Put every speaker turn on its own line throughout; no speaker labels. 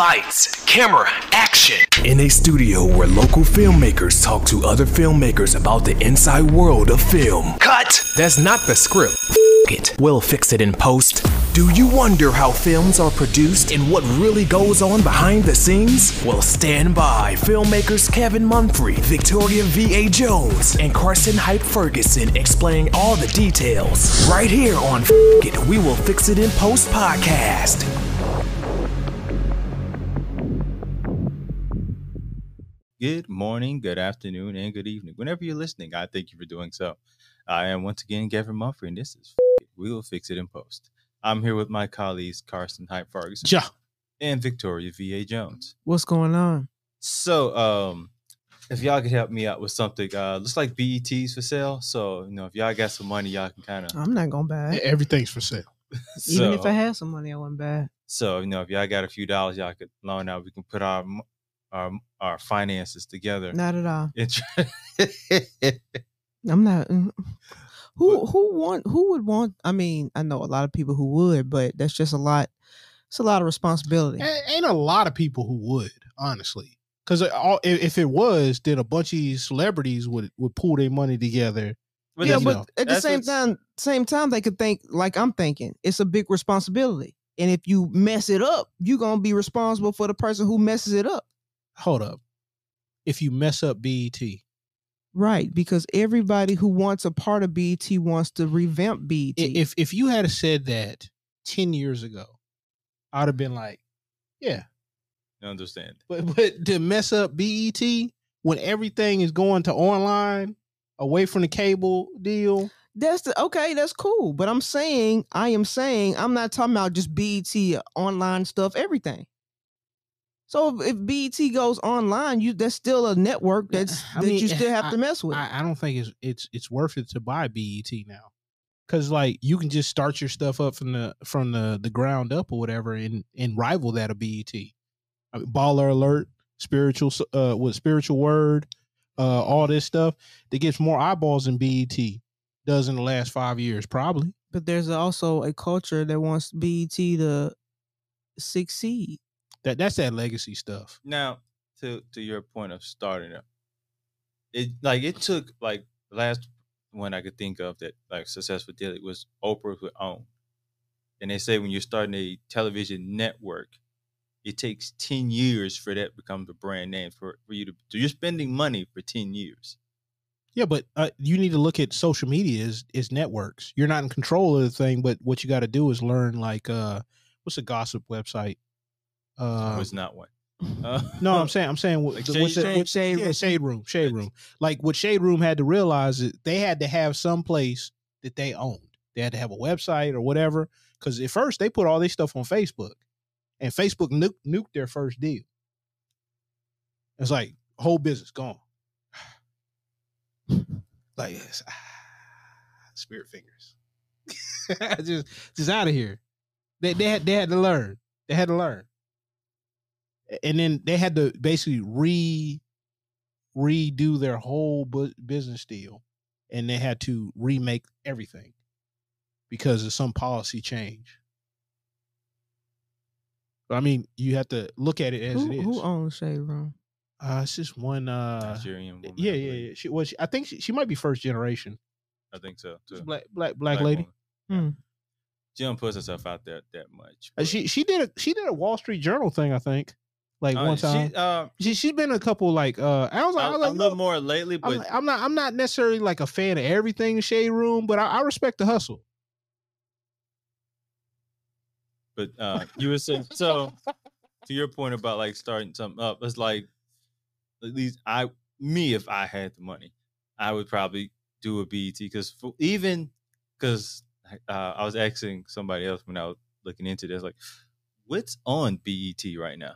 Lights, camera, action.
In a studio where local filmmakers talk to other filmmakers about the inside world of film.
Cut.
That's not the script. F- it. We'll fix it in post. Do you wonder how films are produced and what really goes on behind the scenes? Well, stand by. Filmmakers Kevin Munfrey, Victoria V.A. Jones, and Carson Hype Ferguson explain all the details. Right here on F- It, We Will Fix It in Post podcast.
Good morning, good afternoon, and good evening. Whenever you're listening, I thank you for doing so. I am once again Gavin Mumphrey, and this is F- It. We Will Fix It in Post. I'm here with my colleagues Carson Hype Ferguson
Ja.
and Victoria V.A. Jones.
What's going on?
So, um, if y'all could help me out with something, uh, looks like BET's for sale. So, you know, if y'all got some money, y'all can kind of.
I'm not gonna buy
E,
it.
Everything's for sale.
Uh,
So,
Even if I had some money, I wouldn't buy it.
so, you know, if y'all got a few dollars, y'all could loan out. We can put our m- our our finances together.
Not at all.
And try-
I'm not. mm. Who who want who would want? I mean, I know a lot of people who would, but that's just a lot. It's a lot of responsibility.
Eh,
A- ain't a lot of people who would, honestly. Because all if, if it was, then a bunch of these celebrities would would pull their money together.
But
yeah,
that's-
you
but
know,
at the
that's
same
what's-
time, same time they could think like I'm thinking. It's a big responsibility, and if you mess it up, you're gonna be responsible for the person who messes it up,
Hold up. If you mess up E BET, it,
right? Because everybody who wants a part of BET wants to revamp BET.
if if you had said that ten years ago, I'd have been like, yeah.
I understand.
But but to mess up BET when everything is going to online, away from the cable deal.
That's the okay. That's cool. But I'm saying, I am saying, I'm not talking about just BET uh, online stuff. Everything. So if, if BET goes online, you that's still a network
Yeah,
that's
I
that
mean,
you still have
I-
to mess with.
I, I don't think it's it's it's worth it to buy BET now, because like you can just start your stuff up from the from the the ground up or whatever, and and rival that of BET. I mean, Baller Alert, spiritual s- uh, with spiritual word, uh, all this stuff that gets more eyeballs than BET does in the last five years, probably.
but there's also a culture that wants BET to succeed.
That that's that legacy stuff.
Now, to to your point of starting up, it like it took like the last one I could think of that like successful did it was Oprah who owned. And they say when you're starting a television network, it takes ten years for that to become the brand name for, for you to. So you're spending money for ten years.
Yeah, but uh, you need to look at social media as is networks. You're not in control of the thing, but what you got to do is learn like uh, what's a gossip website? Uh,
was Oh, not one. Uh,
no, I'm saying I'm saying what,
Like
the-
Shade-
what's the-
Shade-
what-
Shade
yeah,
Room.
shade room, shade room. Like what shade room had to realize is they had to have some place that they owned. They had to have a website or whatever. Because at first they put all this stuff on Facebook, and Facebook nuke, nuked their first deal. It's like whole business gone. like it's, ah, spirit fingers, just just out of here. They they had they had to learn. They had to learn and then they had to basically re redo their whole bu- business deal and they had to remake everything because of some policy change i mean you have to look at it as
Who,
it is
who owns Shade Room?
uh it's just one uh
Nigerian woman, I
yeah yeah yeah
believe.
she was she, i think she, she might be first generation
I think so
She's
too.
a black black black, lady
woman. Yeah.
Hmm.
She don't puts herself out there that much.
Uh,
but-
she she did a she did a wall street journal thing i think like
Uh,
one time
She, uh,
she, she, has been a couple like uh i was like,
I,
I was
a
like you know-
little more lately,
I'm,
but
like- I'm not. I'm not necessarily like a fan of everything in Shade Room, but I, I respect the hustle.
But uh, you were saying so. To your point about like starting something up, it's like at least I, me, if I had the money, I would probably do a E BET because even because uh, I was asking somebody else when I was looking into this, like, what's on BET right now?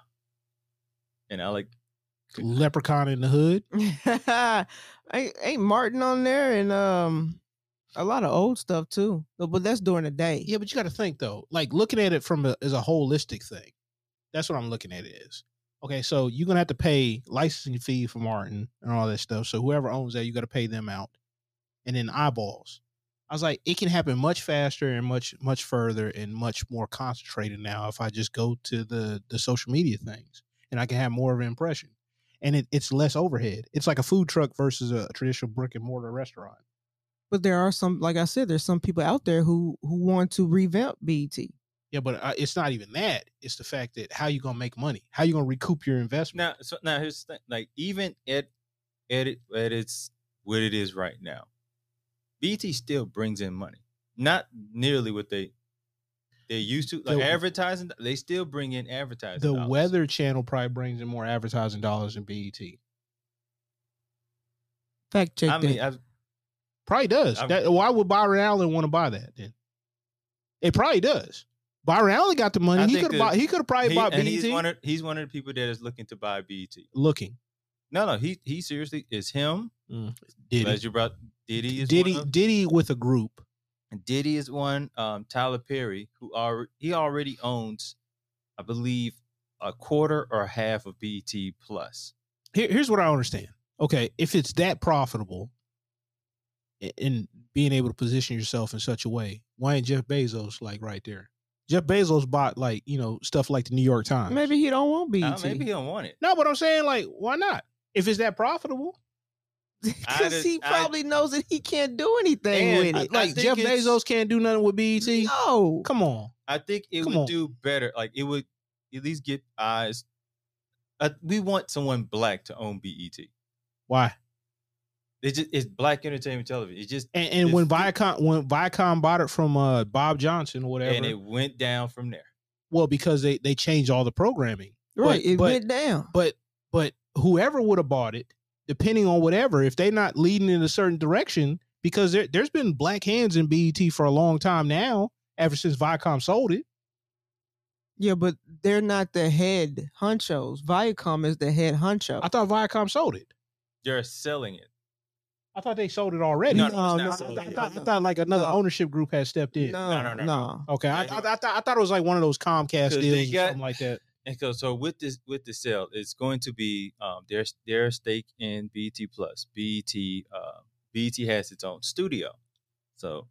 And I like,
Leprechaun in the Hood.
ain't, ain't Martin on there and um a lot of old stuff too. But but that's during the day.
Yeah, but you got to think though. Like looking at it from a, as a holistic thing. That's what I'm looking at it as. Okay, so you're gonna have to pay licensing fee for Martin and all that stuff. So whoever owns that, you got to pay them out, and then eyeballs. I was like, it can happen much faster and much much further and much more concentrated now if I just go to the the social media things and I can have more of an impression. And it, it's less overhead. It's like a food truck versus a traditional brick and mortar restaurant.
But there are some, like I said, there's some people out there who who want to revamp E BET.
Yeah, but uh, it's not even that. It's the fact that how you gonna make money? How you gonna recoup your investment?
Now, so now here's the thing. Like even at at it at its what it is right now, BT still brings in money. Not nearly what they they used to. Like
The-
advertising, they still bring in advertising.
the
dollars.
Weather Channel probably brings in more advertising dollars than E BET.
Fact check
I
that.
mean, I've,
Probably does.
I'm-
That- why would Byron Allen want to buy that then? It probably does. Byron Allen got the money.
I
he
think
could
that
have he could have probably
he-
bought
and he's one
BET.
of he's one of the people that is looking to buy BET.
Looking,
No, no, he he seriously is him.
Diddy,
As you brought Diddy is
Diddy,
one of-
Diddy with a group.
Diddy is one. Um, Tyler Perry, who are he already owns, I believe, a quarter or half of BET Plus.
Here, here's what I understand. Okay, if it's that profitable, a- and being able to position yourself in such a way, why ain't Jeff Bezos like right there? Jeff Bezos bought like you know stuff like the New York Times.
maybe he don't want E BET.
Uh,
E
maybe he don't want it.
No, but I'm saying like, why not? If it's that profitable,
I
because
just-
he
I-
probably knows that he can't do anything
And
with
I-
it.
like
think
Jeff
it's-
Bezos can't do nothing with BET.
no,
Come on,
I think it
Come
would
on.
do better. Like it would at least get eyes. Uh, we want someone black to own BET.
why?
It's just it's black entertainment television. It just
And, and when
It's-
Viacom when Viacom bought it from uh, Bob Johnson or whatever,
and it went down from there.
well, because they they changed all the programming.
right? it
but-
went down.
But but whoever would have bought it, depending on whatever, if they're not leading in a certain direction, because there there's been black hands in BET for a long time now, ever since Viacom sold it.
Yeah, but they're not the head honchos. Viacom is the head honcho.
I thought Viacom sold it.
They're selling it.
I thought they sold it already.
No, no, it's
I, thought,
not
uh, I
sold
thought-
yet.
I thought, like another
No.
ownership group had stepped in.
no,
no, no, no.
Okay, I, I,
Yeah,
I, thought- I thought it was like one of those Comcast
'Cause they
deals or
got-
something like that.
And so, so with this with the sale, it's going to be um, their their stake in BT Plus. BT uh, BT has its own studio, so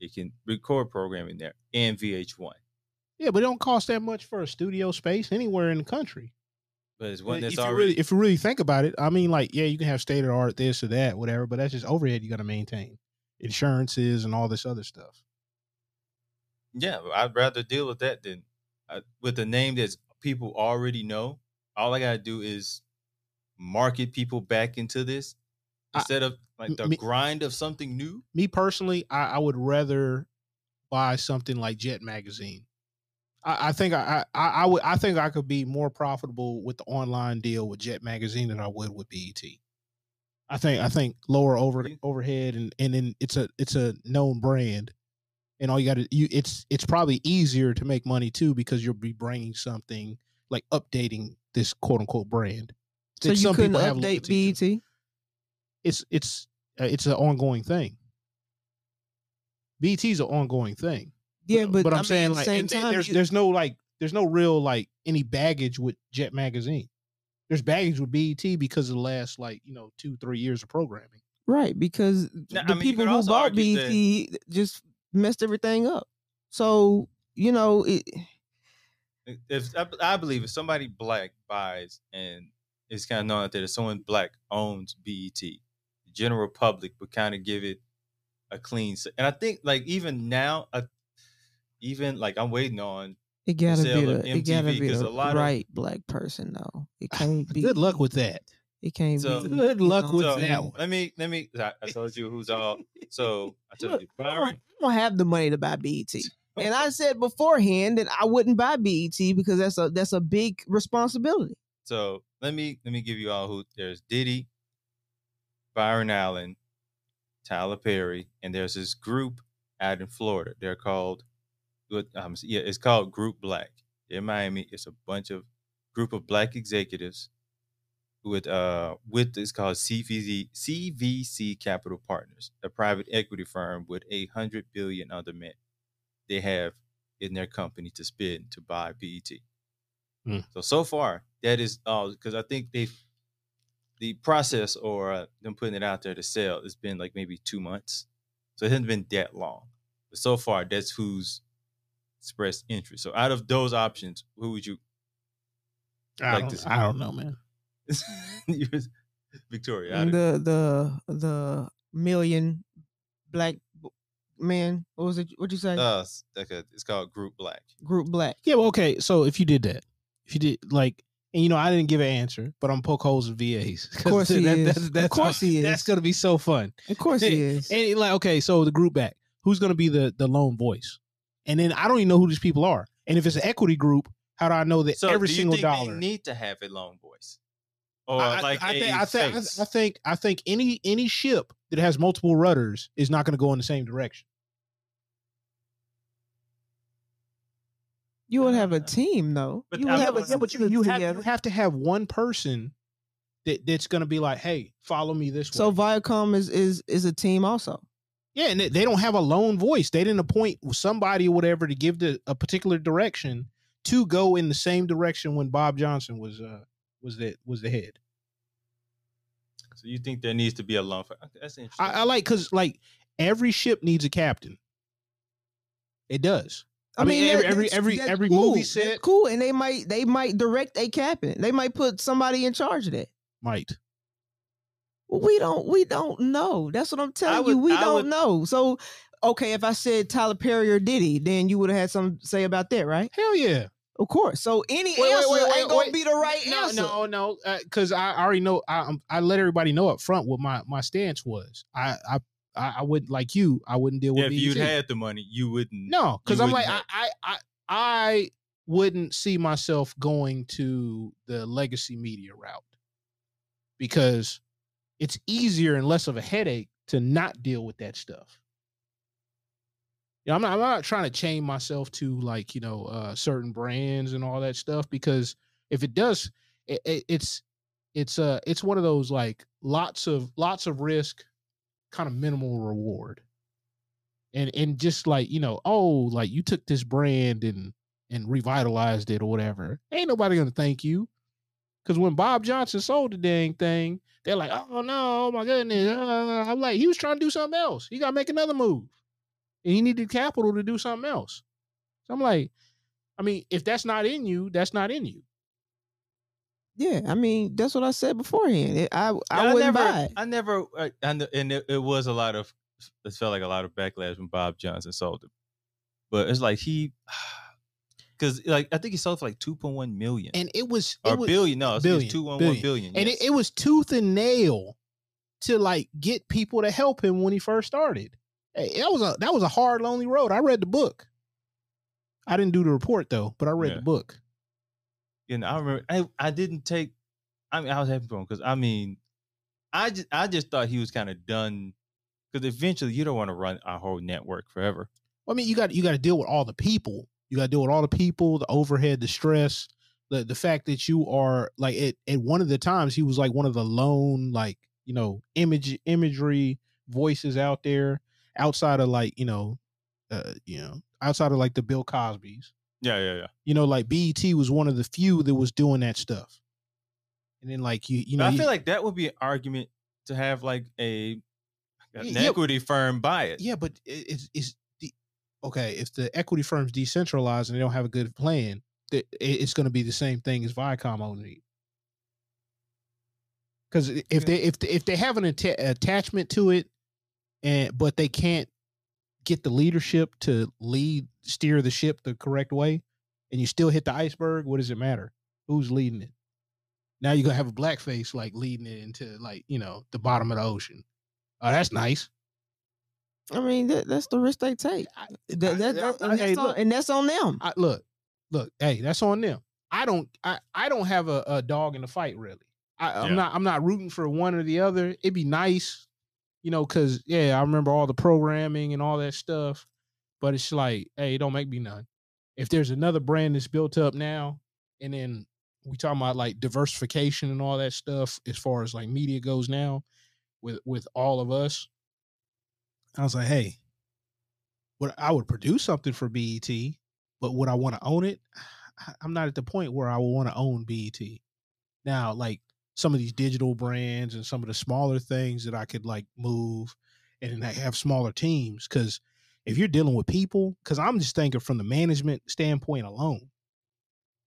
it can record programming there and VH1.
Yeah, but it don't cost that much for a studio space anywhere in the country.
But it's one that's
if you
already
really, if you really think about it, I mean, like, yeah, you can have state of the art this or that, whatever, but that's just overhead you got to maintain, insurances and all this other stuff.
yeah. I'd rather deal with that than uh, with a name that's people already know. All I gotta do is market people back into this
I-
instead of like the
me-
grind of something new.
Me personally, I, I would rather buy something like Jet Magazine. I, I think I, I I would I think I could be more profitable with the online deal with Jet Magazine than I would with BET. I think I think lower over
You-
overhead and and then it's a it's a known brand, and all you got to you it's it's probably easier to make money too because you'll be bringing something like updating this quote unquote brand.
So
that
you
some
couldn't
people have
update E
loyalty to.
BET.
It's it's uh, it's an ongoing thing. BET's an ongoing thing.
Yeah, but,
but
I
I'm
mean,
saying
at the
like
same
and th-
time,
there's
you-
there's no like there's no real like any baggage with Jet Magazine. There's baggage with BET because of the last like you know two three years of programming.
Right, because
Now, I
the
mean, you
people
could
who
also
bought
argue that-
BT just messed everything up. So you know, it,
if I, I believe if somebody black buys and it's kind of known out there that someone black owns BET, the general public would kind of give it a clean. s- And I think like even now, I, even like I'm waiting on
it gotta
sale
be
of
the, it gotta
MTV,
be
'cause
the
a lot of-
right black person though. It can't be.
Good luck with that.
It can't
So-
be.
Good
you
luck
know,
with
so,
that one.
Let me let me. I, I told you who's all. So I told
Look,
you
I don't,
Byron.
I don't have the money to buy BET. And I said beforehand that I wouldn't buy BET because that's a that's a big responsibility.
So let me let me give you all who there's Diddy, Byron Allen, Tyler Perry, and there's this group out in Florida. They're called what um yeah, it's called Group Black. They're in Miami. It's a bunch of group of black executives with uh with it's called CVC CVC Capital Partners, a private equity firm with eight hundred billion other men they have in their company to spend to buy E BET. So so far, that is all because I think they've uh, the process or uh, them putting it out there to sell has been like maybe two months. So it hasn't been that long. But so far, that's who's expressed interest. So out of those options, who would you
I,
Like
don't,
this-
I don't know, man.
you was- Victoria? Out of,
the the the million black b- man. What was it? What'd you say?
uh, s- like a, it's called Group Black.
Group black.
Yeah, well, okay. So if you did that, if you did like, and you know, I didn't give an answer, but I'm poke holes in VAs. 'Cause
course he is.
that's-
Of
that's-
course he
That's
is.
gonna be so fun.
Of course he is.
And like, okay, so the group back, who's gonna be the the lone voice? And then I don't even know who these people are. And if it's an equity group, how do I know that
So
every
do you
single
think
dollar?
They need to have a long voice, or
I, I-
like
I,
a
think, I, think, I,
face?
I think I think any any ship that has multiple rudders is not going to go in the same direction.
you would have a
Uh,
team though.
but
you
I
would
mean,
have
but-
a
yeah,
team
but
you, you have
together.
you have to have one person that that's going to be like, hey, follow me this
so
way.
Viacom is is is a team also.
Yeah, and they- they don't have a lone voice. They didn't appoint somebody or whatever to give the a particular direction to go in the same direction when Bob Johnson was uh was the was the head.
so you think there needs to be a long? voice? Okay, That's interesting.
I, I like because like every ship needs a captain. It does. I mean, every-
that-
every-
that's-
every-
that's
every
cool.
movie
That's
set-
cool, and they might they might direct a captain. They might put somebody in charge of that.
Might
Well, we don't we don't know. That's what I'm telling you.
would-
We
I
don't
would-
know. So okay, if I said Tyler Perry or Diddy, then you would have had something to say about that, right?
hell yeah.
Of course. So any
Wait, wait,
answer
wait, wait,
ain't gonna
wait.
be the right
no,
answer.
No, no, because I already know. I um, I let everybody know up front what my my stance was. I I I I wouldn't like you. I wouldn't deal
yeah,
with
if you'd
BET.
had the money, you wouldn't.
No, because
you
I'm like
wouldn't
I,
have-
I I I wouldn't see myself going to the legacy media route because it's easier and less of a headache to not deal with that stuff. You know, I'm not, I'm not trying to chain myself to like you know uh, certain brands and all that stuff because if it does, it, it, it's it's uh it's one of those like lots of lots of risk, kind of minimal reward and and just like you know oh like you took this brand and and revitalized it or whatever ain't nobody gonna thank you because when bob johnson sold the dang thing they're like oh no oh my goodness uh," i'm like he was trying to do something else he gotta make another move and he needed capital to do something else so i'm like i mean if that's not in you that's not in you
Yeah, I mean that's what I said beforehand. It- I I
Yeah,
wouldn't
never,
buy it.
I never, uh, I, I, kn- and it, it was a lot of, it felt like a lot of backlash when Bob Johnson sold him. But it's like he, because like I think he sold for like two point one million
and it was
or
it was,
billion. No, it's-
billion,
it's two point one
billion.
billion.
and
yes.
it, it was tooth and nail to like get people to help him when he first started. Eh, That was a that was a hard, lonely road. I read the book. I didn't do the report though, but I read
Yeah.
the book.
you know, I remember I, I didn't take. I mean, I was happy for him because I mean, I just I just thought he was kind of done because eventually you don't want to run our whole network forever.
I mean, you got you got to deal with all the people. You got to deal with all the people, the overhead, the stress, the the fact that you are like at at one of the times he was like one of the lone like you know image imagery voices out there outside of like you know uh you know outside of like the Bill Cosby's.
Yeah, yeah, yeah.
you know, like BET was one of the few that was doing that stuff. And then like you, you know,
I
you-
feel like that would be an argument to have like a an
Yeah.
equity firm buy it.
yeah, but i- it's it's the okay if the equity firms decentralize and they don't have a good plan, that it's going to be the same thing as Viacom only. Because if they if they, if they have an atta- attachment to it, and but they can't get the leadership to lead steer the ship the correct way, and you still hit the iceberg, what does it matter? Who's leading it? Now you're gonna have a blackface like leading it into like you know the bottom of the ocean. Oh, that's nice.
I mean that, that's the risk they take. That,
I-
that,
I-
that-
I-
and,
hey,
that's on,
look.
and that's on them.
I, look, look, hey, that's on them. I don't, I, I don't have a, a dog in the fight really. I, I'm
Yeah.
not, I'm not rooting for one or the other. It'd be nice, you know, because yeah, I remember all the programming and all that stuff, but it's like, hey, it don't make me none. If there's another brand that's built up now, and then we talking about like diversification and all that stuff as far as like media goes now, with with all of us, I was like, hey, what I would produce something for BET, but would I want to own it? I- I'm not at the point where I would want to own BET. Now, like some of these digital brands and some of the smaller things that I could like move and then they have smaller teams because if you're dealing with people, because I'm just thinking from the management standpoint alone,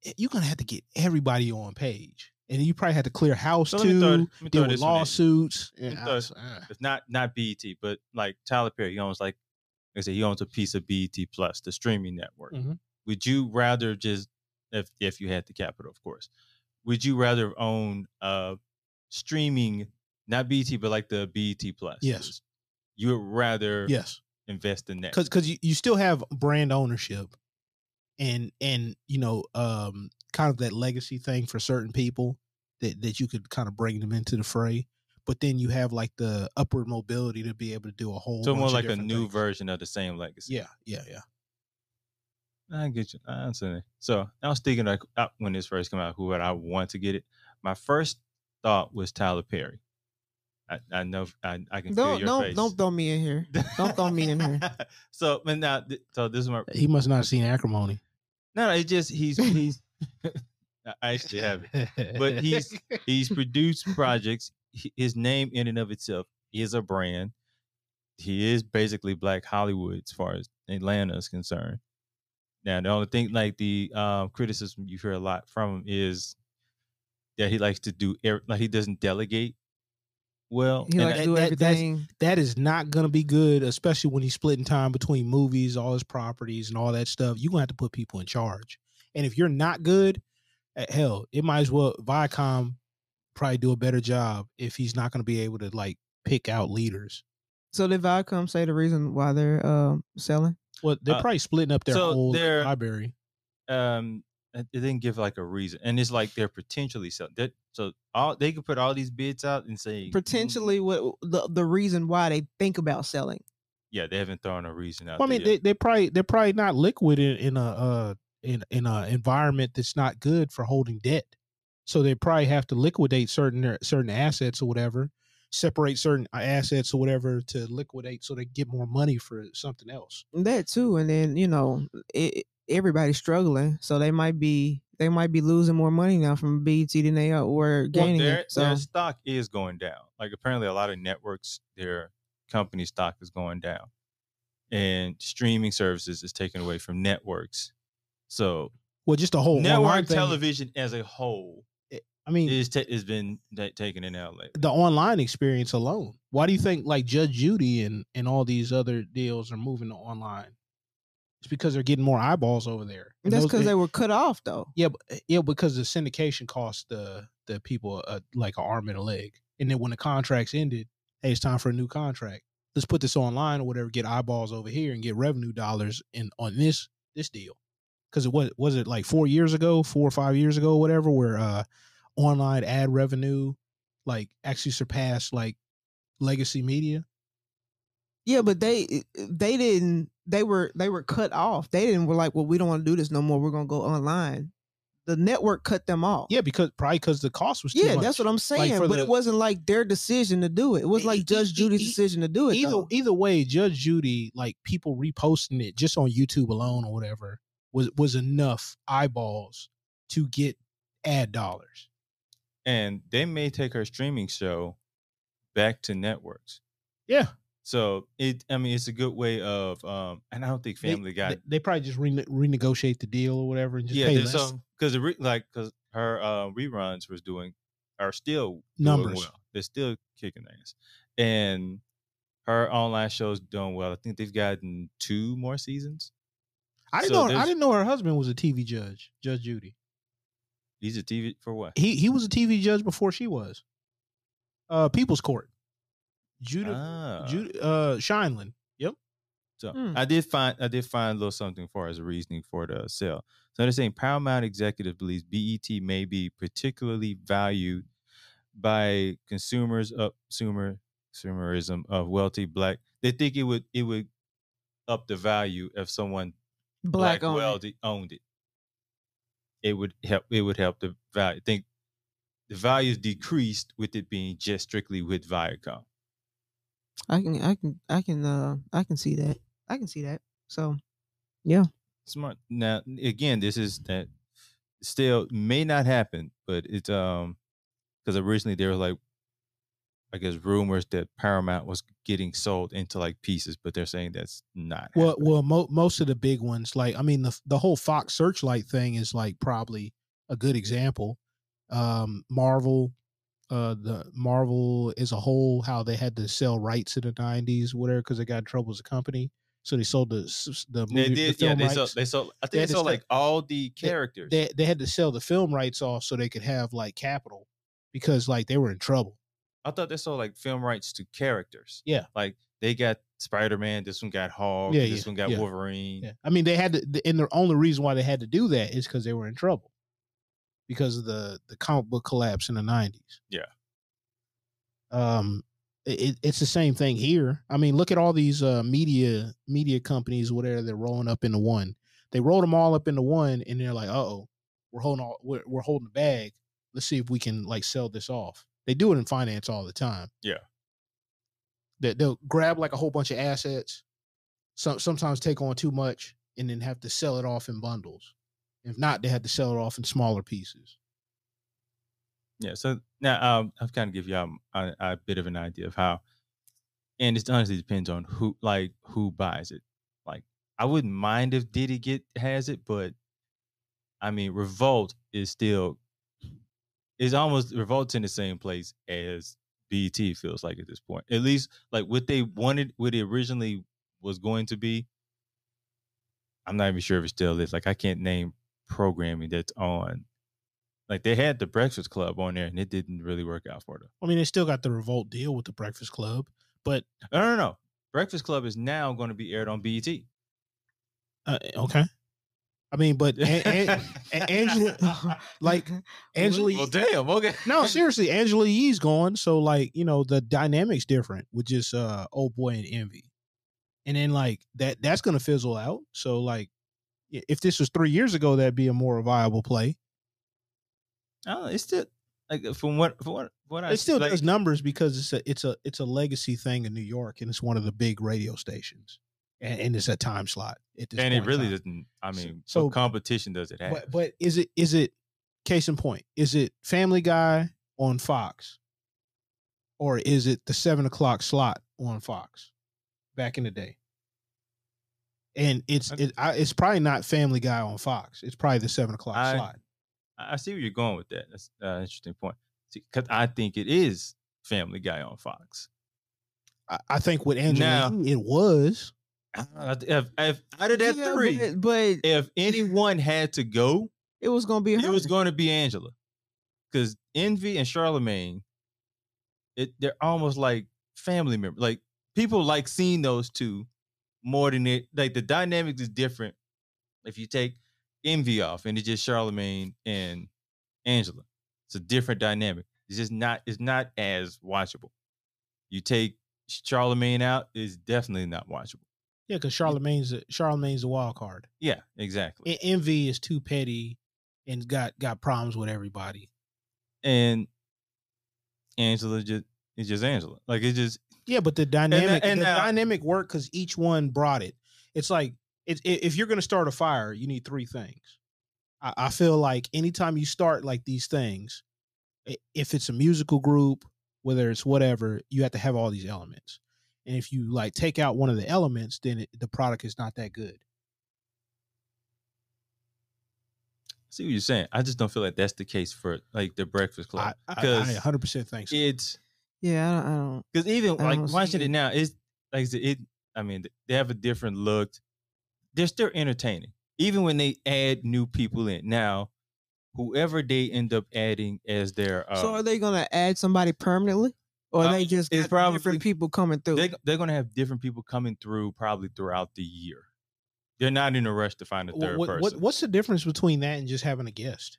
eh, you're gonna have to get everybody on page, and you probably had to clear house
So let me
too,
throw- let me throw
deal with
this one in.
lawsuits.
me
Yeah, I
throw-
was- ah.
It's not not BET, but like Tyler Perry, he owns like, like I said, he owns a piece of BET Plus, the streaming network.
Mhm.
Would you rather just if if you had the capital, of course, would you rather own uh streaming not BET but like the BET Plus?
Yes.
You would rather
yes,
invest in that.
because because you, you still have brand ownership, and and you know um kind of that legacy thing for certain people that that you could kind of bring them into the fray. But then you have like the upward mobility to be able to do a whole.
so more
bunch of
like a
different
new
things.
version of the same legacy.
Yeah, yeah, yeah.
I get you. I understand. it. So I was thinking like uh, when this first came out, who would I want to get it? My first thought was Tyler Perry. I, I know I, I can feel
Don't
your
don't
face.
don't throw me in here. don't throw me in here.
so, but now, th- so this is my
He must not have seen acrimony.
no. no, It's just he's he's. I actually have it. But he's- He's produced projects. He- His name in and of itself is a brand. He is basically Black Hollywood as far as Atlanta is concerned. Now the only thing, like the um, criticism you hear a lot from him is that he likes to do every, like he doesn't delegate well.
He
and
like
I-
to do
that- that's-
everything.
that is not gonna be good, especially when he's splitting time between movies, all his properties, and all that stuff. You're gonna have to put people in charge. And if you're not good, eh, hell, it might as well Viacom probably do a better job if he's not gonna be able to like pick out leaders.
So did Viacom say the reason why they're um, selling?
Well, they're
Uh,
probably splitting up their
so
whole
they're-
library.
um it didn't give like a reason and it's like they're potentially selling that so all they could put all these bids out and say "Mm,
Potentially, what the the reason why they think about selling?
yeah they haven't thrown a reason out
Well, I mean,
there
they
yet.
they probably they're probably not liquid in, in a uh, in in a environment that's not good for holding debt. So they probably have to liquidate certain their- certain assets or whatever, separate certain uh, assets or whatever to liquidate so they get more money for something else.
That too, and then you know it, everybody's struggling, so they might be they might be losing more money now from BET than they are- were
Well,
gaining.
their,
it, so
their stock is going down like apparently a lot of networks their company stock is going down and streaming services is taken away from networks so
Oh, Well, just the whole online
network
thing, Mm.
television as a whole
I mean,
is ta- has been ta- taken in la
the online experience alone. Why do you think like Judge Judy and and all these other deals are moving to online? It's because they're getting more eyeballs over there. And
that's
those-
because
and-
they were cut off though.
Yeah, but, yeah, because the syndication cost the the people uh like an arm and a leg, and then when the contract's ended, hey, it's time for a new contract. Let's put this online or whatever, get eyeballs over here and get revenue dollars in on this this deal. Because it was was it like four years ago, four or five years ago, whatever, where uh online ad revenue like actually surpassed like legacy media.
Yeah, but they they didn't they were they were cut off. They didn't were like, well, we don't want to do this no more. We're gonna go online. The network cut them off.
Yeah, because probably because the cost was too
Yeah,
much.
that's what I'm saying.
for
but
the-
it wasn't like their decision to do it. It was
E-
like
e-
Judge
e-
Judy's
e-
decision to do it.
either
though.
either way, Judge Judy, like people reposting it just on YouTube alone or whatever, was was enough eyeballs to get ad dollars.
and they may take our streaming show back to networks
Yeah,
So it, I mean, it's a good way of, um, and I don't think
they-
Family Guy.
They, they probably just rene- renegotiate the deal or whatever and just
yeah,
pay
there's
less.
some because the re, like because her uh, reruns was doing are still doing
Numbers.
well. They're still kicking ass, and her online show's doing well. I think they've gotten two more seasons.
I
so
didn't know. I
there's-
didn't know her husband was a TV judge, Judge Judy.
These are TV for what?
He he was a TV judge before she was. Uh, People's Court. Judah,
Ah,
Judah, uh, Shineland.
so
Hmm.
I did find I did find a little something for as a reasoning for the sale. So they're saying Paramount executive believes BET may be particularly valued by consumers up consumer consumerism of wealthy black. They think it would it would up the value if someone black,
black owned.
wealthy owned it. It would help. It would help the value. think the value is decreased with it being just strictly with Viacom.
I can I can I can uh I can see that. I can see that. So
Smart. Now again, this is that still may not happen, but it's um because originally they were like, I I guess rumors that Paramount was getting sold into like pieces, but they're saying that's not.
Well,
happening.
well, mo- most of the big ones, like I mean, the the whole Fox Searchlight thing is like probably a good example. Um, Marvel, uh, the Marvel as a whole, how they had to sell rights in the '90s, whatever, because they got in trouble as a company, so they sold the s- the,
they
movie- the
did. Yeah,
film
they
rights.
sold. They sold. I
They
think
had
they
to
sold
sell-
like all the characters.
they they had to sell the film rights off so they could have like capital because like they were in trouble.
I thought they sold like film rights to characters.
Yeah.
Like they got Spider Man. This one got Hulk.
Yeah,
this
yeah,
one got
yeah.
Wolverine.
Yeah. I mean, they had to, th- and the only reason why they had to do that is because they were in trouble because of the the comic book collapse in the nineties.
Yeah.
Um, it, it- it's the same thing here. I mean, look at all these uh, media media companies, whatever they're rolling up into one. They rolled them all up into one, and they're like, "Oh, we're holding all, we're, we're holding the bag. Let's see if we can like sell this off." They do it in finance all the time.
Yeah.
They, they'll grab like a whole bunch of assets some sometimes take on too much and then have to sell it off in bundles. If not, they had to sell it off in smaller pieces.
Yeah. So now um, I've kind of give y'all a, a bit of an idea of how, and it honestly depends on who like who buys it. Like I wouldn't mind if Diddy get has it, but I mean Revolt is still is almost Revolt's in the same place as BT feels like at this point. At least like what they wanted, what it originally was going to be. I'm not even sure if it still is. Like I can't name programming that's on like they had the Breakfast Club on there, and it didn't really work out for them.
I mean, they still got the revolt deal with the Breakfast Club, but
No, no, no. Breakfast Club is now going to be aired on E BET.
uh, okay. I mean, but An- An- A- Angela, like Angela,
well, damn. Okay.
no, seriously, Angela Yee's gone, so like you know the dynamics different with just uh old boy and envy, and then like that that's gonna fizzle out. So like, i- if this was three years ago, that'd be a more viable play.
I don't know, it's still like uh, from what from what what I
it still
like,
does numbers because it's a it's a it's a legacy thing in New York, and it's one of the big radio stations, and, and it's a time slot at this.
and it
point in
really
time.
doesn't. I
So-
mean,
so-
what competition does it have?
But but is it is it case in point? Is it Family Guy on Fox, or is it the seven o'clock slot on Fox back in the day? And it's
I-
it, I, it's probably not Family Guy on Fox. It's probably the seven o'clock
I-
slot.
I I see where you're going with that. That's uh, an interesting point. Because I think it is Family Guy on Fox.
I, I think with Angela,
Now-
Yee, it was.
I don't know, Uh, If, if out of that
Yeah,
three,
but, but
if anyone had to go,
it was gonna be her.
it was going to be Angela, because Envy and Charlemagne, it they're almost like family members. Like people like seeing those two more than it. Like the dynamics is different if you take Envy off and it's just Charlemagne and Angela. It's a different dynamic. It's just not. It's not as watchable. You take Charlemagne out, it's definitely not watchable.
Yeah, because Charlemagne's a, Charlemagne's a wild card.
Yeah, exactly.
En- envy is too petty and got got problems with everybody.
And Angela just it's just Angela. Like it's just
Yeah, but the dynamic
and
the
now-
dynamic worked because each one brought it. It's like it's, i- if you're gonna start a fire, you need three things. I, I feel like anytime you start like these things, i- if it's a musical group, whether it's whatever, you have to have all these elements. And if you like take out one of the elements, then it, the product is not that good.
see what you're saying. I just don't feel like that's the case for like the Breakfast
I,
Club
I, I
because
100% think so.
it's
yeah, I don't, I don't.
because even
I
like
don't see
watching
it.
it now, it's like I said, it. I mean, they have a different look. They're still entertaining, even when they add new people in. Now, whoever they end up adding as their uh,
so are they gonna add somebody permanently, or
Uh,
they just
it's
got probably,
probably-
different people coming through?
they, they're gonna have different people coming through probably throughout the year. They're not in a rush to find a
Wha-
third
what,
person.
What, what's the difference between that and just having a guest?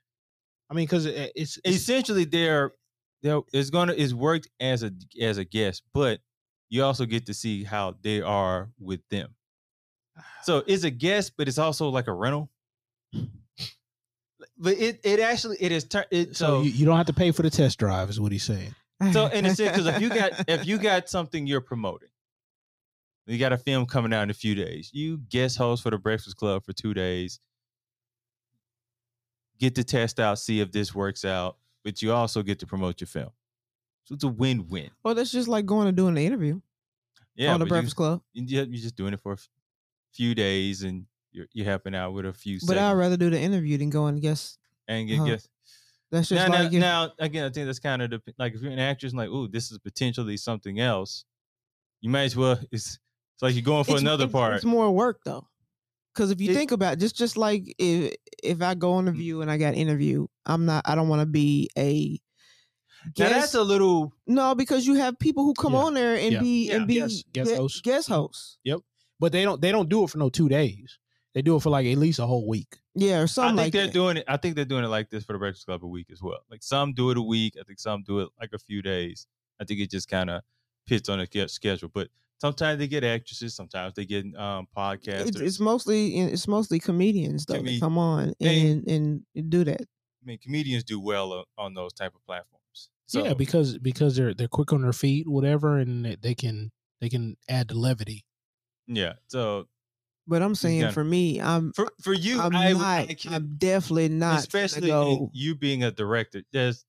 I mean, because it, it's, it's
essentially they're they're it's gonna it's worked as a as a guest, but you also get to see how they are with them. So it's a guest, but it's also like a rental. But it it actually it is tur- it,
so
so
you, you don't have to pay for the test drive, is what he's saying.
so in a sense because if you got if you got something you're promoting, you got a film coming out in a few days. You guest host for the Breakfast Club for two days. Get to test out, see if this works out, but you also get to promote your film. So it's a win-win.
Well, that's just like going and doing an interview
Yeah,
on
but
the
you-
Breakfast Club.
you, ju- you're just doing it for a f- few days and you're, you're helping out with a few
But Uh-huh. I'd
segments
rather do the interview than go and guess.
and get
huh.
guess.
That's just
Now,
like
now,
if-
now, again, I think that's kind of the, like if you're an actress and like, oh, this is potentially something else, you might as well. It's, it's like you're going for
it's-
another
it's-
part.
It's more work though, because if you
It- Mm.
think about it, just just like if if I go on the view and I got interviewed, I'm not. I don't want to be a.
now
Guest.
that's a little.
no, because you have people who come
Yeah.
on there and
Yeah.
be
Yeah.
and be
Guest- guest
gu-
hosts.
guest hosts.
But they don't they don't do it for no two days. They do it for like at least a whole week.
Yeah, or
I
something
think
like eh
they're
that.
doing it. I think they're doing it like this for the Breakfast Club a week as well. Like some do it a week. I think some do it like a few days. I think it just kind of fits on a sch- schedule. But sometimes they get actresses. Sometimes they get um podcasters.
it's, it's mostly it's mostly comedians though
Comed-
that come on
Hey.
and and do that.
I mean, comedians do well o- on those type of platforms. So,
yeah, because because they're they're quick on their feet, whatever, and they- they can they can add the levity.
yeah. So
But I'm saying
gotta-
for me, I'm
for for you,
I'm
I, would- I
not.
can-
I'm definitely not.
especially
Especially go.
in you being a director. There's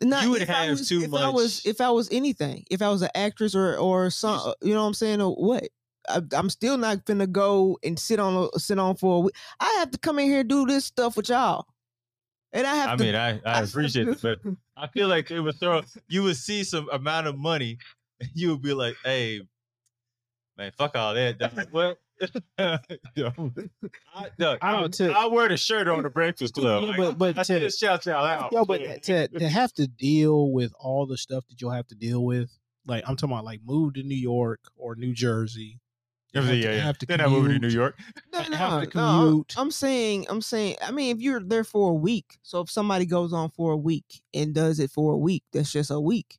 Not
you would
if I
have
was-
too
if I was
much-
if I was anything, if I was an actress or or some, you know what I'm saying or what. I, I'm still not gonna go and sit on a- sit on for a week. I have to come in here and do this stuff with y'all, and I have
I
to.
mean, I, I
have
appreciate
to-
it, but I feel like it would throw you would see some amount of money, and you would be like, hey, man, fuck all that. dog." What? Yo, I, dog,
I
I
don't tip.
I wear the shirt on the Breakfast Club.
Yeah,
Like,
but- but
I
to-
should shout y'all out.
Yo, but eh, to to have to deal with all the stuff that you'll have to deal with, like I'm talking about, like move to New York or New Jersey.
yeah,
have to-
yeah.
have to
then I moved to
commute.
New York.
No,
I have to
no, no, I'm-
commute.
I'm saying, I'm saying. I mean, if you're there for a week, so if somebody goes on for a week and does it for a week, that's just a week.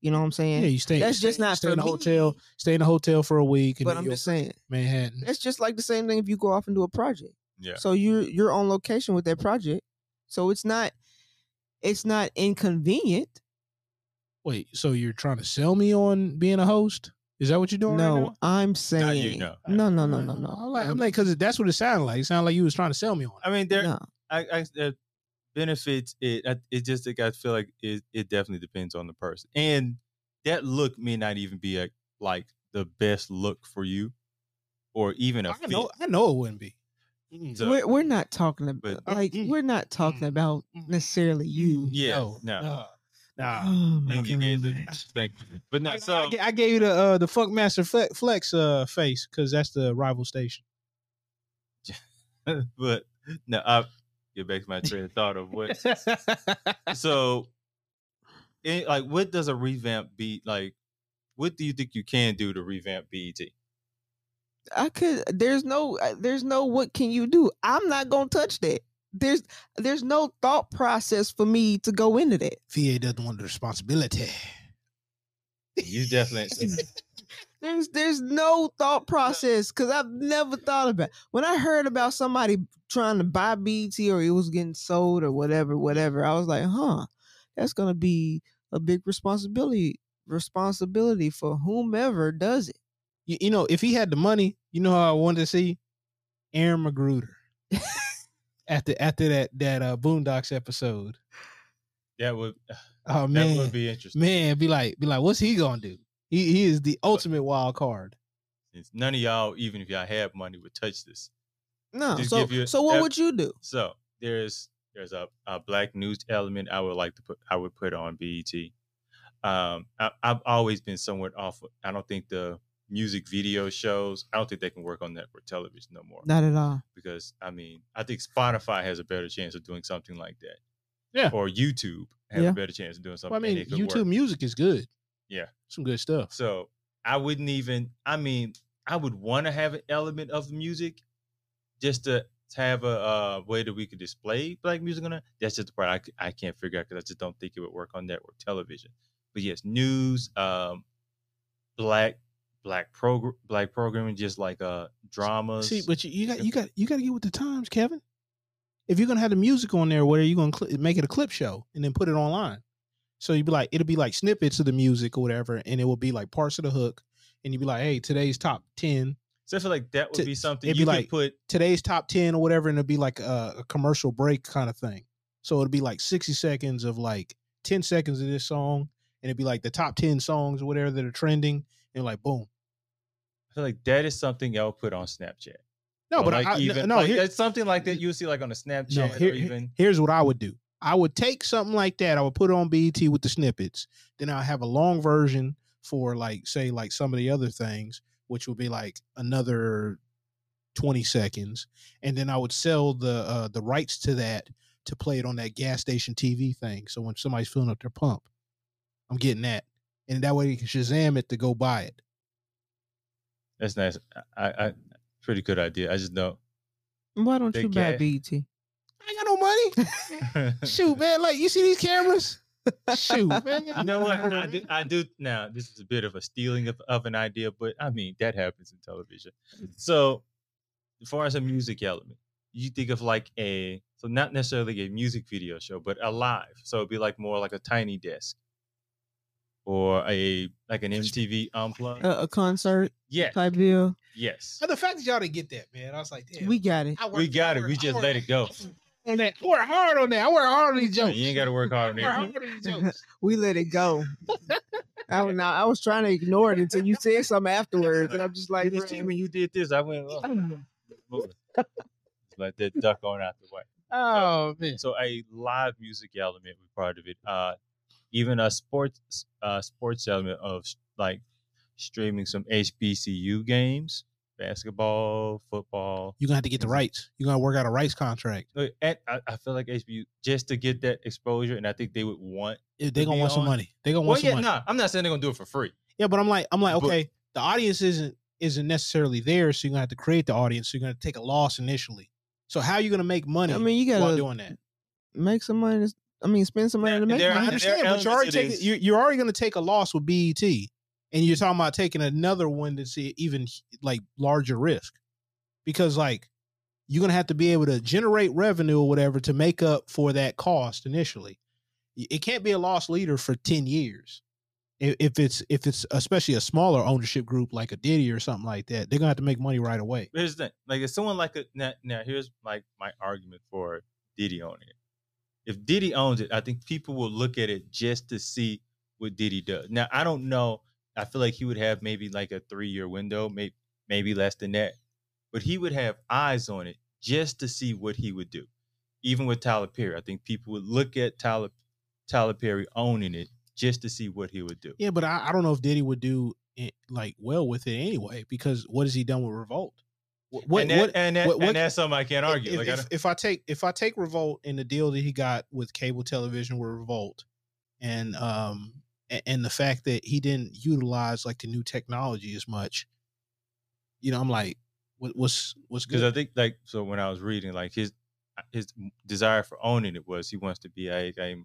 You know what I'm
Yeah,
saying?
you stay.
that's just
stay-
not
stay
for
in a
me.
hotel. Stay in a hotel for a week. In
but
New
I'm
York,
just saying,
Manhattan.
that's just like the same thing if you go off and do a project.
Yeah.
So you're you're on location with that project, so it's not it's not inconvenient.
Wait, so you're trying to sell me on being a host? Is that what you're doing?
no,
right now?
I'm
Nah,
saying
you know.
no, no, no, no, no.
I'm like, I'm like, because that's what it sounded like. It sounded like you was trying to sell me on. it.
I mean, there,
no.
I, I that benefits it. I, it just like I feel like it, it definitely depends on the person, and that look may not even be a, like the best look for you, or even a
I
fit.
know, I know it wouldn't be. Mm.
So-
we're we're not talking about
But-
like
Mm.
we're not talking
Mm.
about
Mm.
necessarily you.
Yeah,
no,
no.
nah, nah.
Oh, my
Thank you,
God.
guys. Thank you. But
I,
no,
I-
so
I, ga- I gave you the uh, the Funkmaster Fle- Flex uh, face because that's the rival station.
but no, I get back to my train of thought of what. so, it, like, what does a revamp be like? What do you think you can do to revamp BET?
I could. There's no. uh, There's no. What can you do? I'm not gonna touch that. There's. There's no thought process for me to go into that.
VA doesn't want the responsibility.
You definitely
There's. There's no thought process because I've never thought about. When I heard about somebody trying to buy BT or it was getting sold or whatever, whatever, I was like, huh, that's gonna be a big responsibility. Responsibility for whomever does it.
You, you know, if he had the money, you know how I wanted to see Aaron Magruder after after that that uh, Boondocks episode.
that would
Oh
that
man,
would be interesting.
man, be like, be like, what's he gonna do? He he is the ultimate wild card.
Since none of y'all, even if y'all had money, would touch this.
No.
Just
So.
give you-
So what
that-
would you do?
So there's there's a, a black news element I would like to put I would put on BET. Um, I, I've always been somewhat off. I don't think the music video shows. I don't think they can work on network television no more
Not at all.
because I mean I think Spotify has a better chance of doing something like that.
Yeah.
Or YouTube has
Yeah.
a better chance of doing something.
Well, I
and
mean,
it could
YouTube
work.
music is good.
Yeah.
some good stuff.
So I wouldn't even. I mean, I would want to have an element of music, just to to have a uh, way that we could display black music on it. That's just the part I, c- I can't figure out because I just don't think it would work on network television. But yes, news, um, black black program black programming, just like uh dramas.
See, but you, you got
if-
you got you got to get with the times, Kevin. If you're gonna have the music on there, what are you gonna cli make it a clip show and then put it online? So you'd be like, it'll be like snippets of the music or whatever, and it will be like parts of the hook, and you'd be like, hey, today's top ten,
so I feel like that would
to-
be something
it'd be
you
like-
could put.
today's top ten or whatever, and it'd be like a, a commercial break kind of thing. So it'd be like sixty seconds of like ten seconds of this song, and it'd be like the top ten songs or whatever that are trending, and like boom.
I feel like that is something y'all put on Snapchat.
No,
Or
but
like
I, I-
even,
no,
like,
here-
that's something like that you would see like on a Snapchat
No, here-
or
here-
even
here's what I would do. I would take something like that. I would put it on BET with the snippets. Then I'll have a long version for like, say, like some of the other things, which would be like another 20 seconds. And then I would sell the uh, the rights to that to play it on that gas station TV thing. So when somebody's filling up their pump, I'm getting that. And that way you can Shazam it to go buy it.
that's nice. I, I pretty good idea. I just don't.
Why don't
They
you buy
get-
BT?
I ain't got no money. Shoot, man. Like, you see these cameras? Shoot, man.
You know what? I do, I do now. This is a bit of a stealing of, of an idea, but I mean that happens in television. So, as far as a music element, you think of like a so not necessarily a music video show, but a live. So it'd be like more like a tiny desk or a like an MTV unplugged.
Uh,
A, a concert
yes,
type deal.
yes.
But the fact that y'all didn't get that, man, I was like, damn.
We got it.
I
We got it. We just let it go.
go. On that. I work hard on that. I work hard on these
You
jokes.
ain't got to work
I
hard
work
on it.
hard on these jokes.
We let it go. I was now I was trying to ignore it until you said something afterwards, and I'm just like,
You see,
"Bruh."
when you did this, I went. "Oh." Let that duck on out the way.
Oh, man.
so a live music element was part of it. Uh, even a sports uh, sports element of s- like streaming some HBCU games, basketball, football.
You're going to have to get the rights. You're going to work out a rights contract.
Uh, And I, I feel like HBU just to get that exposure, and I think they would want.
They're going to
be
want some
on-
money. They're going to
Well,
want some
yeah,
money.
nah, I'm not saying they're gonna do it for free.
Yeah, but I'm like, I'm like,
But-
okay, the audience isn't isn't necessarily there, so you're going to have to create the audience. So you're going to take a loss initially. So how are you going to make money
I mean, you
while
gotta
doing that?
make some money. to s- I mean, spend some money
There-
to make
there-
money.
are
I understand, but
elements
you're already
it
taking
is-
you're, you're already going to take a loss with BET, and you're talking about taking another one that's e- even h- like larger risk, because like you're going to have to be able to generate revenue or whatever to make up for that cost initially. Y- It can't be a loss leader for ten years. I- If it's if it's especially a smaller ownership group like a Diddy or something like that, they're gonna have to make money right away.
But here's the thing. Like if someone like a now, now here's like my argument for Diddy owning it. If Diddy owns it, I think people will look at it just to see what Diddy does. Now I don't know. I feel like he would have maybe like a three year window, maybe maybe less than that. But he would have eyes on it just to see what he would do. Even with Tyler Perry, I think people would look at Tyler Tyler Perry owning it just to see what he would do.
Yeah, but I, I don't know if Diddy would do it, like well with it anyway because what has he done with Revolt? What what
and, that,
what-
and, that-
what- what-
and that's something I can't argue.
If,
like I
if,
don't-
if I take if I take Revolt and the deal that he got with cable television with Revolt, and um a- and, the fact that he didn't utilize like the new technology as much, you know, I'm like, what, what's what's
because I
good?
think like so when I was reading like his uh, his desire for owning it was he wants to be like a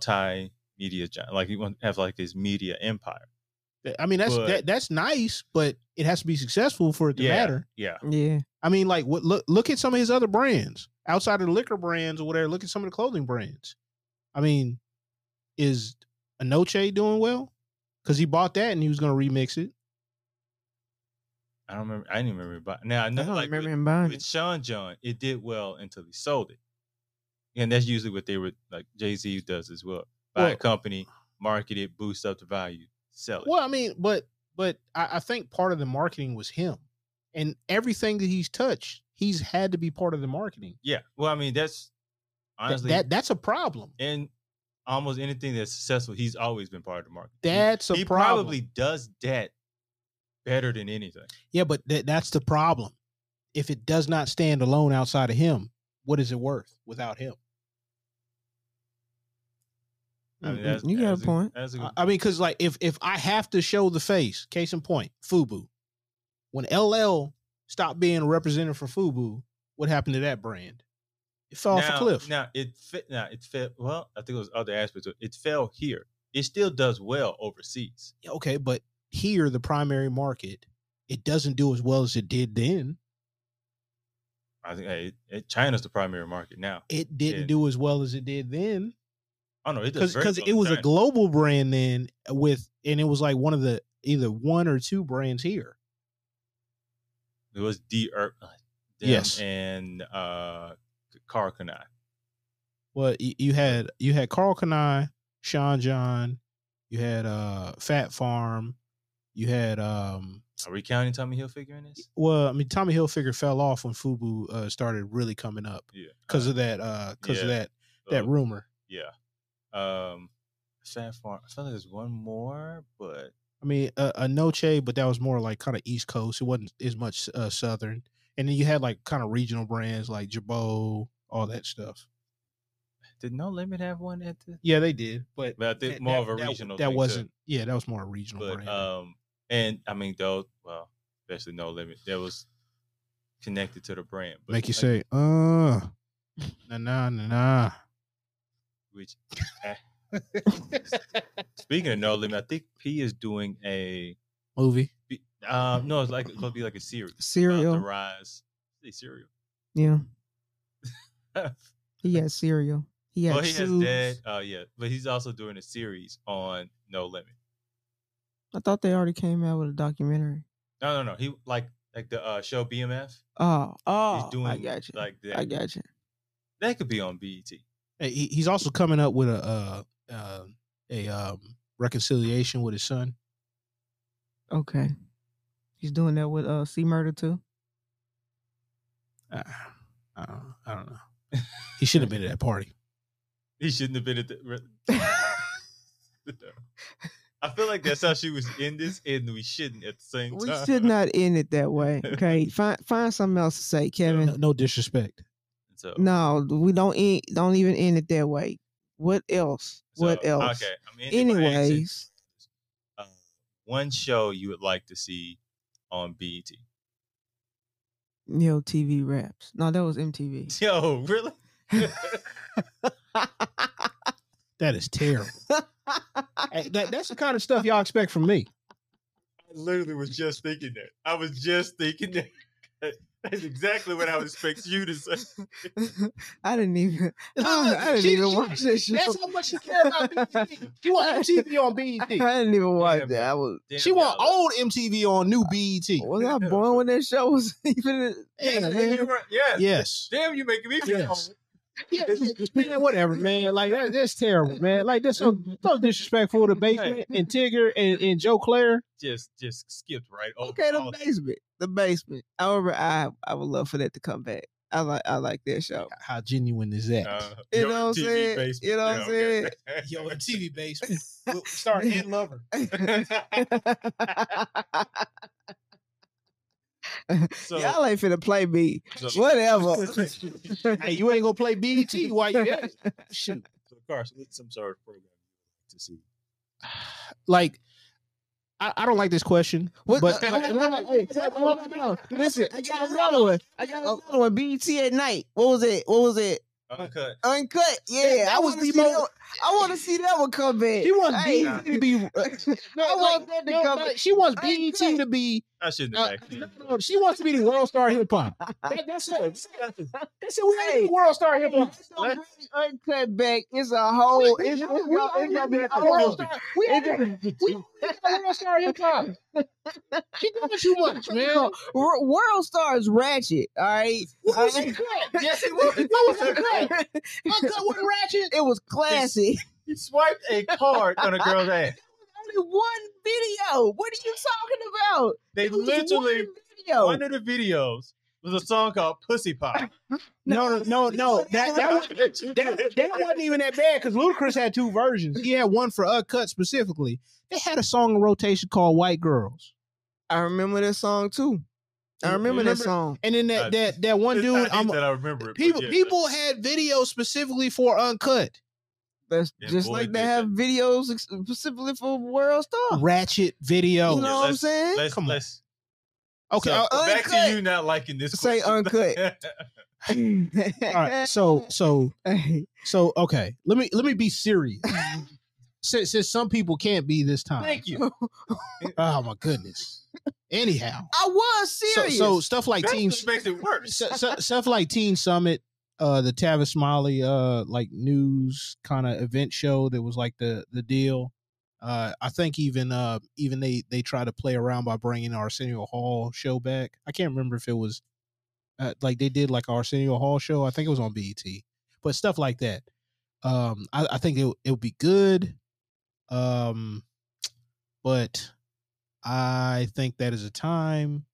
multimedia giant like he wants to have like his media empire
I, mean, that's
but-
that, that's nice, but it has to be successful for it to
yeah
matter.
yeah
yeah,
I mean, like what look look at some of his other brands outside of the liquor brands or whatever. Look at some of the clothing brands. I mean, is Anoche doing well? Because he bought that and he was going to remix it.
I don't remember I didn't remember but now I
I
know
don't
like
remember
with,
him buying
with
it.
Sean John it did well until he sold it and that's usually what they were like Jay Z does as well buy
Well-
a company market it boost up the value sell it
Well, I mean, but but I, I think part of the marketing was him, and everything that he's touched, he's had to be part of the marketing.
yeah well I mean that's
Th-
honestly
that that's a problem.
and almost anything that's successful he's always been part of the market He-
That's a
he
problem.
probably does that better than anything.
yeah, but tha- that's the problem. If it does not stand alone outside of him, what is it worth without him?
I mean,
Mm,
that's-
you got
that's
a point.
That's a
I-
good,
I mean, because like if if I have to show the face, case in point, Fubu. When LL stopped being a representative for Fubu, what happened to that brand? It fell off a
Now-
cliff.
Now it fit. Now it fell. Well, I think it was other aspects. Of it. it fell here. It still does well overseas.
Yeah, okay, but here the primary market, it doesn't do as well as it did then.
I think hey, it, China's the primary market now.
It didn't
Yeah.
do as well as it did then
Oh no, it does
because
very
because
well
it
in
was a
China.
global brand then uh, with and it was like one of the either one or two brands here.
It was D Earth.
Yes.
and uh, Karkanai.
Well, y- you had you had Carl Kanai, Sean John, You had uh Fat Farm. You had um
Are we counting Tommy Hilfiger in this?
well, I mean Tommy Hilfiger fell off when Fubu uh, started really coming up
Yeah.
because of that uh because of
Yeah.
that that
So,
rumor.
Oh, Yeah. Um, Fat Farm. I feel like there's one more, but
I mean a, a Noche, but that was more like kind of East Coast. It wasn't as much uh, Southern. And then you had like kind of regional brands like Jabot, all that stuff.
did No Limit have one at the?
Yeah, they did, but
But I think
that-
more
that-
of a
that-
regional.
That,
thing, too.
wasn't. Yeah, that was more a regional
But
brand.
um, and I mean though, well, especially No Limit, that was connected to the brand. But
Make you
like,
say, uh, nah, nah, nah, nah.
Which, eh, speaking of No Limit, I think P is doing a.
Movie.
Um, no, it's like it's gonna be like a series. about
Cereal.
The rise. Say cereal.
Yeah. He had cereal. He had
well, he has
shoes.
dead. Uh, yeah, but he's also doing a series on No Limit.
I thought they already came out with a documentary.
No, no, no. He like like the uh, show BMF.
Oh, oh,
he's doing
I got you.
like that.
I got you.
That could be on E BET.
Hey, he- He's also coming up with a uh, uh, a um, reconciliation with his son.
Okay. He's doing that with uh C Murder too.
Uh, I, don't, I don't know. He should have been at that party.
He shouldn't have been at the. re- I feel like that's how she was in this, and we shouldn't at the same
We
time.
should not end it that way. Okay. find find something else to say, Kevin.
No, no disrespect.
So,
No, we don't end, don't even end it that way. What else? what
so,
else?
Okay. I'm ending my exit.
Anyways,
Uh, one show you would like to see on E BET.
Neo TV raps. No, that was MTV.
Yo, really?
That is terrible. Hey, that, that's the kind of stuff y'all expect from me.
I literally was just thinking that. I was just thinking that. That's exactly what I would expect you to say.
I didn't even. I, I didn't
She-
even
she-
watch that show.
That's how much you care about E BET. You want MTV on E BET.
I didn't even watch
Damn,
that. I was.
Damn,
She want
y'all.
old MTV on new E BET.
Was I born when that show was even?
Yeah,
Yeah,
you're
man.
right. Yes.
Yes.
Damn, you making me feel
Yes.
old.
Yeah, man, whatever, man. Like that, that's terrible, man. Like that's so, so disrespectful to Bateman and Tigger and, and Joe Claire.
Just, just skipped right over.
Okay, the
all that.
basement. The basement. However, I I would love for that to come back. I like I like that show.
How genuine is that?
Uh,
You
your
know what I'm
TV
saying?
basement.
You know what I'm
Yeah,
Yo,
okay.
MTV basement. We'll start in lover.
so,
Y'all ain't finna play me.
so-
Whatever.
Hey, you ain't gonna play BET while you at it. shoot.
so, Carson, what's some sort of program you'd like to see?
Like, I, I don't like this question.
What?
But-
uh, uh, uh, hey, hold on, hold on. Listen, I got another one. I got another one. BET at night. What was it? What was it?
Uncut.
Uncut. Yeah,
that
I
was
was
the
the
most-
I want to see that one come back.
She wants
Hey,
BET to be. uh,
I want that to
no,
come
no,
back.
she wants
I ain't
BET to be.
I shouldn't
Uh,
have actually.
no, no, she wants to be the world star hip hop. That, that's it. That's it. We ain't
Hey.
the world star hip hop.
It's gonna bring Uncut back. It's a whole. Oh, It's, it's, gonna- it's gonna be a whole.
We
It's
already we already world star hip hop. She doing too much, man.
Wor- World Star is ratchet. All right.
What was it cut? Yes, it was. What was it cut? Uncut with ratchet.
It was classy.
He swiped a card on a girl's ass.
Only one video. What are you talking about?
They
It was
literally
one video.
one of the videos was a song called Pussy Pop.
No, no, no, no. That
uh,
that was. That, that wasn't even that bad because Ludacris had two versions. He had one for Uncut specifically. They had a song in rotation called "White Girls,"
I remember that song too. I
You
remember, that
remember-
song.
and then
Uh,
that that that one
It's- I
dude.
hate
I'm,
that I remember it. but
people
yeah,
people had videos specifically for Uncut.
That's
Yeah,
just
boy,
like they
did
have videos ex- specifically for World Star.
Ratchet video.
You know what I'm
let's-
saying?
Let's,
Come on.
let's
okay,
so,
uh,
back
uncut.
to you not liking this.
Say
question.
uh, all right. So so So okay, let me let me be serious. since, since some people can't be this time.
Thank you.
Oh my goodness. Anyhow,
I was
so,
serious.
so stuff like
That
Team
just makes it worse.
so, so- stuff like Teen Summit, uh, the Tavis Smiley uh like news kind of event show that was like the the deal. Uh, I think even uh even they they try to play around by bringing Arsenio Hall show back. I can't remember if it was uh, like they did like Arsenio Hall show. I think it was E on BET, but stuff like that. Um, I, I think it it would be good. Um, but I think that is a time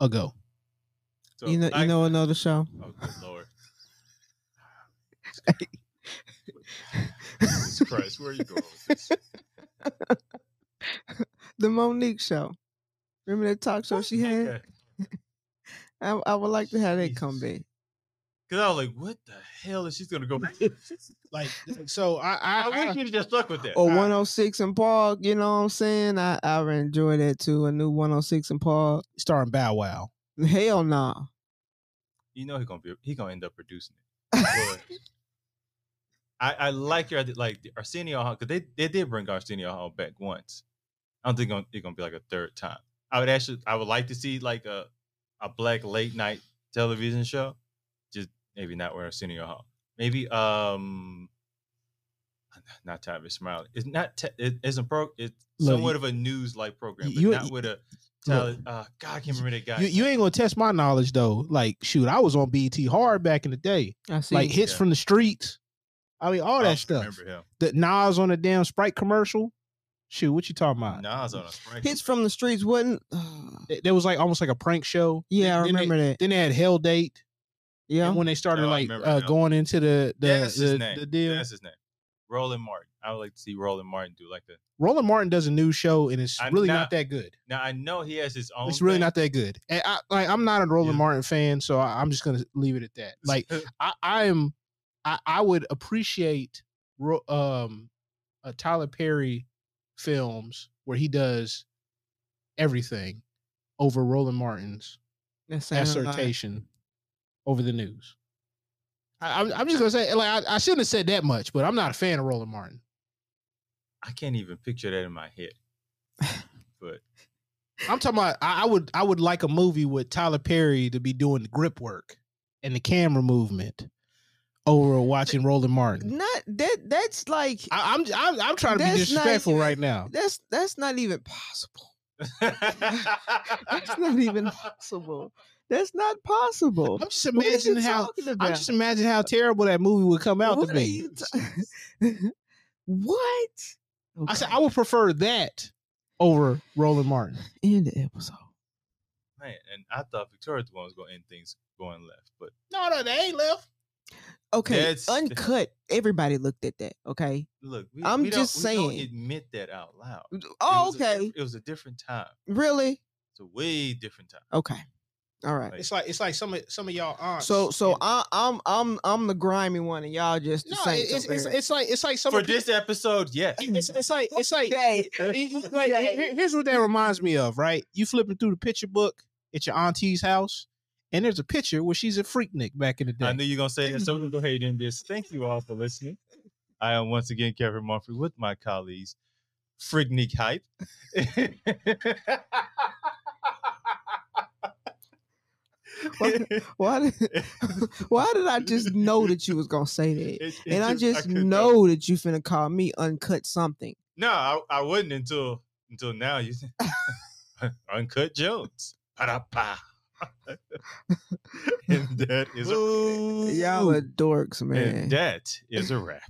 ago.
So
you know,
I-
you know another show.
Oh, good lord. Jesus Christ, where are you going with this?
The Monique show. Remember that talk
Oh,
show she had? I, I would like to have that come back.
Jesus. Because I was like, what the hell is she going to go back to?
Like so, I
I
I, I,
wish you'd have just stuck with that.
Or
I-
106 in Park, you know what I'm saying? I, I would enjoy that too. A new 106 in Park.
starring Bow Wow.
Hell no.
You know he's going to be, he going to end up producing it. But I, I like your, idea- like, the Arsenio Hall, because they, they did bring Arsenio Hall back once. I don't think gonna- it's going to be like a third time. I would actually, I would like to see like a, a black late night television show. Just maybe not with Arsenio Hall. Maybe, um, not Tavis Smiley. It's not. T- it, it's a pro. It's
Look,
somewhat of a news like program, but
you-
not with a. Tyler, uh, God, I can't remember that guy.
You, you ain't gonna test my knowledge though. Like shoot, I was on BT hard back in the day.
I see.
Like hits
Yeah.
from the streets. I mean all
I
that
don't
stuff.
Remember him?
The Nas on a damn Sprite commercial. Shoot, what you talking about?
Nas on a spring.
Hits from the streets wasn't.
Th- There was like almost like a prank show.
yeah, I
Then they-
remember that.
Then they had Hell Date.
Yeah.
And when they started
Oh, I
like
remember
uh,
now.
going into the the,
Yeah, that's his
the,
name.
the deal.
That's his name. Roland Martin. I would like to see Roland Martin do like the.
Roland Martin does a news show and it's
I'm
really not,
not-
that good.
Now I know he has his own.
It's really
thing.
not that good. And I like I'm not a Roland
Yeah.
Martin fan, so I, I'm just gonna leave it at that. Like I, I am I, I would appreciate ro- um uh, Tyler Perry films where he does everything over Roland Martin's
That's
assertion over the news. I, I'm, I'm just gonna say like I, I shouldn't have said that much, but I'm not a fan of Roland Martin.
I can't even picture that in my head. But
I'm talking about I, I would I would like a movie with Tyler Perry to be doing the grip work and the camera movement over watching Roland Martin.
Not that. That's like.
I, I'm, I'm I'm trying to be
That's not
disrespectful
even-
right now.
That's that's not even possible. That's not even possible. That's not possible.
I'm just
What is you
imagining how
talking about?
I'm just imagining how terrible that movie would come out
What
to
are
be.
you ta- what?
I said
Okay,
I would prefer that over Roland Martin.
end the episode.
Man, and I thought Victoria Duane was going to end things going left, but
No, no, they ain't left.
Okay,
That's-
uncut. Everybody looked at that. Okay.
look, we,
I'm
we don't-
just
we don't
saying.
admit that out loud. It
Oh,
was a
okay.
diff- it was a different time.
Really?
It's a way different time.
Okay. All right.
Like,
It's like it's like some of some of y'all aunts.
So so
and-
I, I'm I'm I'm the grimy one, and y'all just the
no,
saints
it's,
over
it's,
here.
it's like it's like some
for
of
this episode, yes.
It's, it's like it's like
Okay.
It- it's like,
Okay.
here- here's what that reminds me of, right? You flipping through the picture book at your auntie's house, and there's a picture where she's a freaknik back in the
I
day.
knew you were gonna say that. So we're gonna go ahead and end this. Thank you all for listening. I am once again Kevin Murphy with my colleagues, Frignik Hype.
Why did, why did I just know that you was gonna say that?
It- it
And I just
couldn't help it.
know that you finna call me uncut something.
No, I, I wouldn't until until now. You uncut Jones. Ba-da-ba. and that is a
Y'all are dorks, man.
and that is a wrap.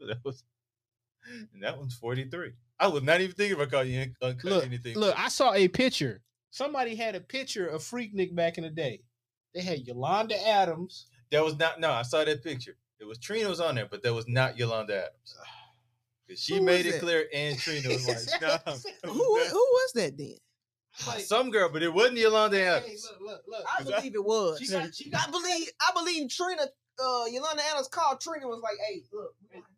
that was and that one's forty three. I was not even thinking about calling you un- uncut
Look,
anything.
look, I saw a picture. Somebody had a picture of freaknik back in the day. They had Yolanda Adams.
that was not no. I saw that picture. It was Trina was on there, but that was not Yolanda Adams. 'Cause She
Who
made
was
it
it?
clear, and Trina was like, "No,
who who was that then?
Like,
some girl," but it wasn't Yolanda
hey,
Adams.
look, look, look.
I believe it was.
She got- she
I believe I believe Trina uh Yolanda Adams called Trina and was like, hey, look, we gotta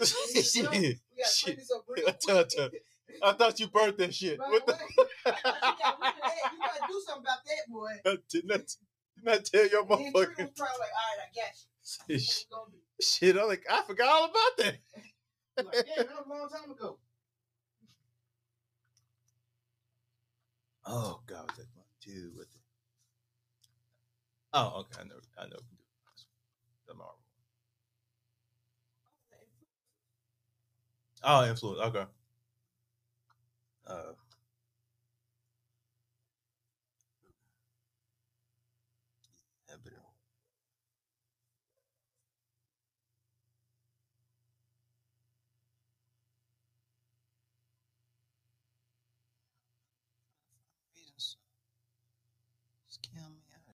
do something about this. You know, we
Shit.
gotta
Shit.
clean this up real
I told
quick.
I thought you burnt that shit.
Right
What the-
away. I thought you got rid of that. You gotta do something about that, boy.
did not, did not tell your
And then
motherfucking
Trina was probably like, all right, I got you. What we gonna do?
shit. I'm like, I forgot all about that.
Like, yeah, that was a long time ago.
Oh God, was that one, two, with it. Oh, okay, I know, I know. we can do it. The Marvel. Oh, influence. Okay. Uh, yeah, but-
Scale me